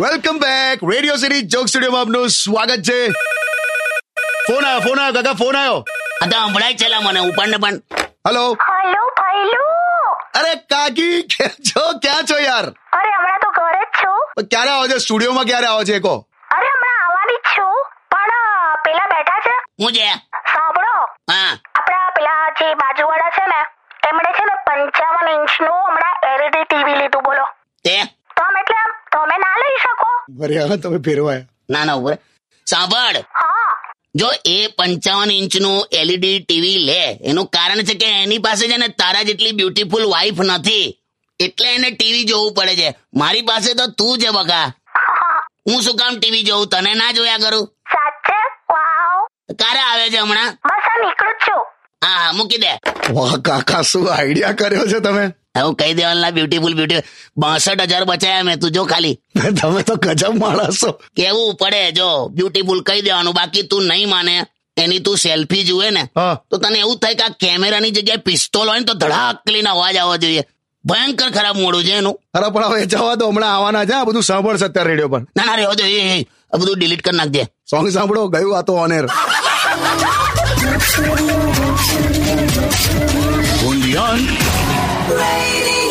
welcome back Radio City joke studio માં આપનું સ્વાગત છે ફોન આવ્યો ફોન આવ્યો કાકા ફોન આવ્યો આ તો સંભળાય છે લા મને ઉપર ને પણ હલો હલો ભાઈલુ અરે કાકી કેમ છો ક્યાં છો યાર અરે હમણાં તો ઘરે જ છું પણ ક્યારે આવો છો સ્ટુડિયોમાં ક્યારે આવો છે કહો અરે હમણાં આવવાની જ છું પણ અ, પેલા બેઠા છે હું છે સાંભળો હા આપણા પેલા જે બાજુવાળા છે ને એમણે છે ને પંચાવન ઇંચનું હમણાં એલઈડી ટીવી લીધું બોલો તે તો આમ એટલે આમ તમે ના લઈ શકો અરે હવે તમે ફેરવાય ના ના ઉપર સાંભળ હા જો એ પંચાવન ઇંચનું એલઈડી ટીવી લે એનું કારણ છે કે એની પાસે છે ને તારા જેટલી બ્યુટીફુલ વાઈફ નથી એટલે એને ટીવી જોવું પડે છે મારી પાસે તો તું છે બકા હું શું કામ ટીવી જોઉં તને ના જોયા કરું સાચે વાવ ક્યારે આવે છે હમણાં બસ આ નીકળું જ છું હા હા મૂકી દે વાહ કાકા શું આઈડિયા કર્યો છે તમે હું કહી દેવાના બ્યુટીફુલ બ્યુટી બાસઠ હજાર બચાયા મેં તું જો ખાલી તમે તો ગજબ માણસ છો કેવું પડે જો બ્યુટીફુલ કહી દેવાનું બાકી તું નહીં માને એની તું સેલ્ફી જુએ ને હા તો તને એવું થાય કે આ કેમેરાની જગ્યાએ પિસ્તોલ હોય ને તો ધડાક કરીને અવાજ આવવો જોઈએ ભયંકર ખરાબ મોડું છે એનું અરે પણ હવે જવા દો હમણાં આવવાના છે આ બધું સાંભળશે અત્યારે રેડિયો પર ના ના રહેવો જોઈએ એ, એ, આ બધું ડિલીટ કરી નાખજે સોંગ સાંભળો ગયું આ તો ઓનેર Only on Radio